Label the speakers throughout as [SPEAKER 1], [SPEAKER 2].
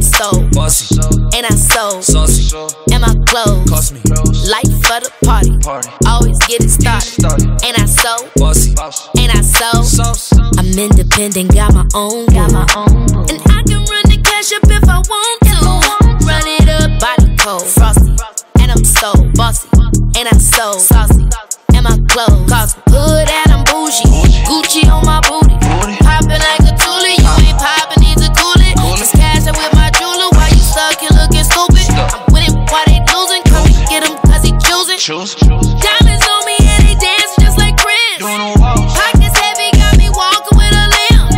[SPEAKER 1] sold.
[SPEAKER 2] Bossy,
[SPEAKER 1] And I sold.
[SPEAKER 2] saucy,
[SPEAKER 1] And my clothes.
[SPEAKER 2] cost me.
[SPEAKER 1] Life for the party.
[SPEAKER 2] Party,
[SPEAKER 1] Always get it started. And I sold.
[SPEAKER 2] bossy,
[SPEAKER 1] And I sold.
[SPEAKER 2] sauce,
[SPEAKER 1] I'm independent, got my own. Got my own. And I can run the cash up if I want to. Run it up, body cold. Frosty. And I'm sold. Bossy. And I sold. Saucy. And my clothes. Cause hood and I'm bougie. Gucci on my booty.
[SPEAKER 2] booty,
[SPEAKER 1] Poppin' like a toolie, you ain't poppin', need to cool it. Just cash it with my jeweler while you stuck here looking stupid. I'm with him while they losing, come and get him cause he choosing.
[SPEAKER 2] choose, choose.
[SPEAKER 1] Diamonds on me and they dance just like Prince.
[SPEAKER 2] Doing the walls,
[SPEAKER 1] Pockets heavy, got me walking with a limp.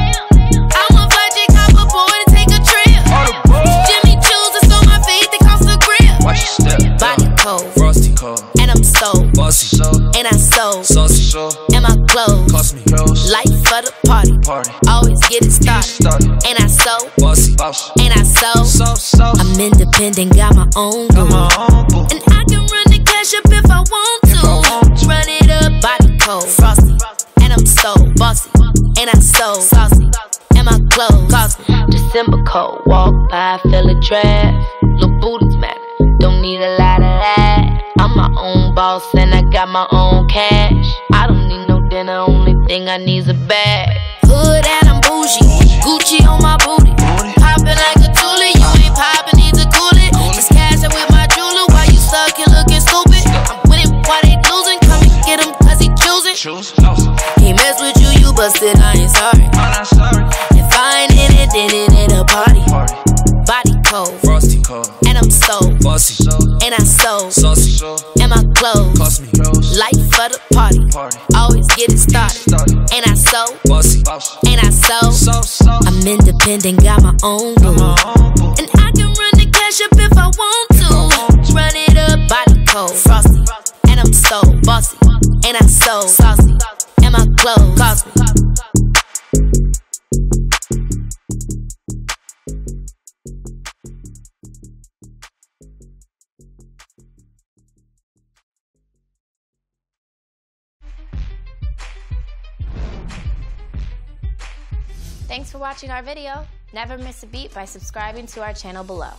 [SPEAKER 1] I'm a budget cop, a boy to take a trip.
[SPEAKER 2] all the boys.
[SPEAKER 1] Jimmy choose, it's on my feet, they cost a grip.
[SPEAKER 2] Watch your step,
[SPEAKER 1] Body cold,
[SPEAKER 2] frosty, cold,
[SPEAKER 1] and I'm sold,
[SPEAKER 2] bossy,
[SPEAKER 1] and I sold,
[SPEAKER 2] saucy,
[SPEAKER 1] and my clothes.
[SPEAKER 2] cost me. Like
[SPEAKER 1] Life for the party,
[SPEAKER 2] party,
[SPEAKER 1] always get it started,
[SPEAKER 2] started,
[SPEAKER 1] and I sold.
[SPEAKER 2] bossy, boss,
[SPEAKER 1] and I sold.
[SPEAKER 2] sauce, sauce.
[SPEAKER 1] I'm independent, got my own
[SPEAKER 2] Got
[SPEAKER 1] room.
[SPEAKER 2] my own boo.
[SPEAKER 1] And I can run the cash up if I want to.
[SPEAKER 2] If I want to.
[SPEAKER 1] Run it up, body cold, frosty. And I'm so bossy, and I sold saucy. And my clothes cost me. December cold, walk by, feel a draft. Little booties matter, don't need a lot of that. I'm my own boss and I got my own cash. I don't need no dinner, only thing I need's a bag. Hood and I'm bougie, Gucci on my booty. Poppin' like a toolie, you ain't poppin', need to cool it. Just cash it with my jeweler while you stuck here looking stupid. I'm with him while they losing, come and get him cause he choosing.
[SPEAKER 2] Choose, sauce.
[SPEAKER 1] He mess with you, you busted, I ain't sorry.
[SPEAKER 2] I'm not sorry.
[SPEAKER 1] If I ain't in it, then it ain't a party.
[SPEAKER 2] Party,
[SPEAKER 1] Body cold,
[SPEAKER 2] frosty, cold,
[SPEAKER 1] and I'm sold,
[SPEAKER 2] bossy,
[SPEAKER 1] and I sold,
[SPEAKER 2] saucy,
[SPEAKER 1] and my clothes.
[SPEAKER 2] cost me. Like
[SPEAKER 1] Life for the party,
[SPEAKER 2] party,
[SPEAKER 1] always get it started.
[SPEAKER 2] started,
[SPEAKER 1] And I sold,
[SPEAKER 2] bossy, boss,
[SPEAKER 1] and I sold.
[SPEAKER 2] sauce, sauce.
[SPEAKER 1] I'm independent, got my own room.
[SPEAKER 2] My own boo.
[SPEAKER 1] And I can run the cash up if I want to. Run it up, body cold, frosty. And I'm so bossy. And I sold saucy. And my clothes cost me.
[SPEAKER 3] Thanks for watching our video. Never miss a beat by subscribing to our channel below.